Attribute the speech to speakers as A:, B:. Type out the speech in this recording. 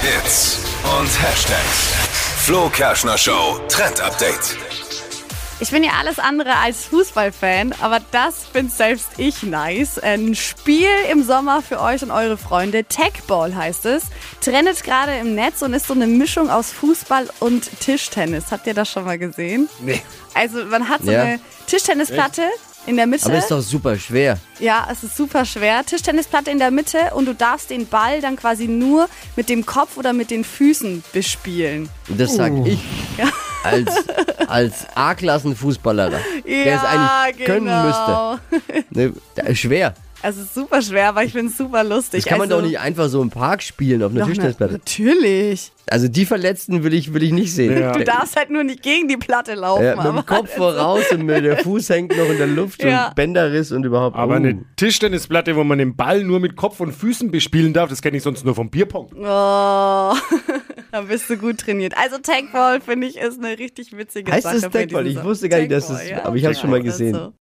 A: Hits und Hashtags. Flo Kerschner Show Trend Update.
B: Ich bin ja alles andere als Fußballfan, aber das finde selbst ich nice. Ein Spiel im Sommer für euch und eure Freunde. Techball heißt es. Trennet gerade im Netz und ist so eine Mischung aus Fußball und Tischtennis. Habt ihr das schon mal gesehen?
C: Nee.
B: Also man hat so
D: Ja.
B: eine Tischtennisplatte in der Mitte.
D: Aber ist doch super schwer.
B: Ja, es ist super schwer. Tischtennisplatte in der Mitte und du darfst den Ball dann quasi nur mit dem Kopf oder mit den Füßen bespielen.
D: Das sag
B: Uh.
D: ich als, als A-Klassen-Fußballer, der es eigentlich
B: genau.
D: können müsste. Ne, da- schwer.
B: Es ist super schwer, aber ich finde es super lustig.
D: Das kann man
B: also,
D: doch nicht einfach so im Park spielen auf einer
B: Doch, na-
D: Tischtennisplatte.
B: Natürlich.
D: Also die Verletzten will ich, will ich nicht sehen.
C: Ja.
B: Du darfst halt nur nicht gegen die Platte laufen.
D: Äh. Ja, mit
B: aber
D: dem Kopf voraus und mit der Fuß hängt noch in der Luft
B: Ja.
D: und Bänderriss und überhaupt.
C: Aber
D: Oh.
C: eine Tischtennisplatte, wo man den Ball nur mit Kopf und Füßen bespielen darf, das kenne ich sonst nur vom Bierpong.
B: Oh, da bist du gut trainiert. Also Tankball, finde ich, ist eine richtig witzige
D: Heißt
B: Sache.
D: es
B: für
D: Tankball?
B: diesen
D: Ich
B: Sa-
D: wusste gar nicht, dass
B: Tankball,
D: es- aber ich hab's schon mal
B: Tankball oder
D: gesehen.
B: so.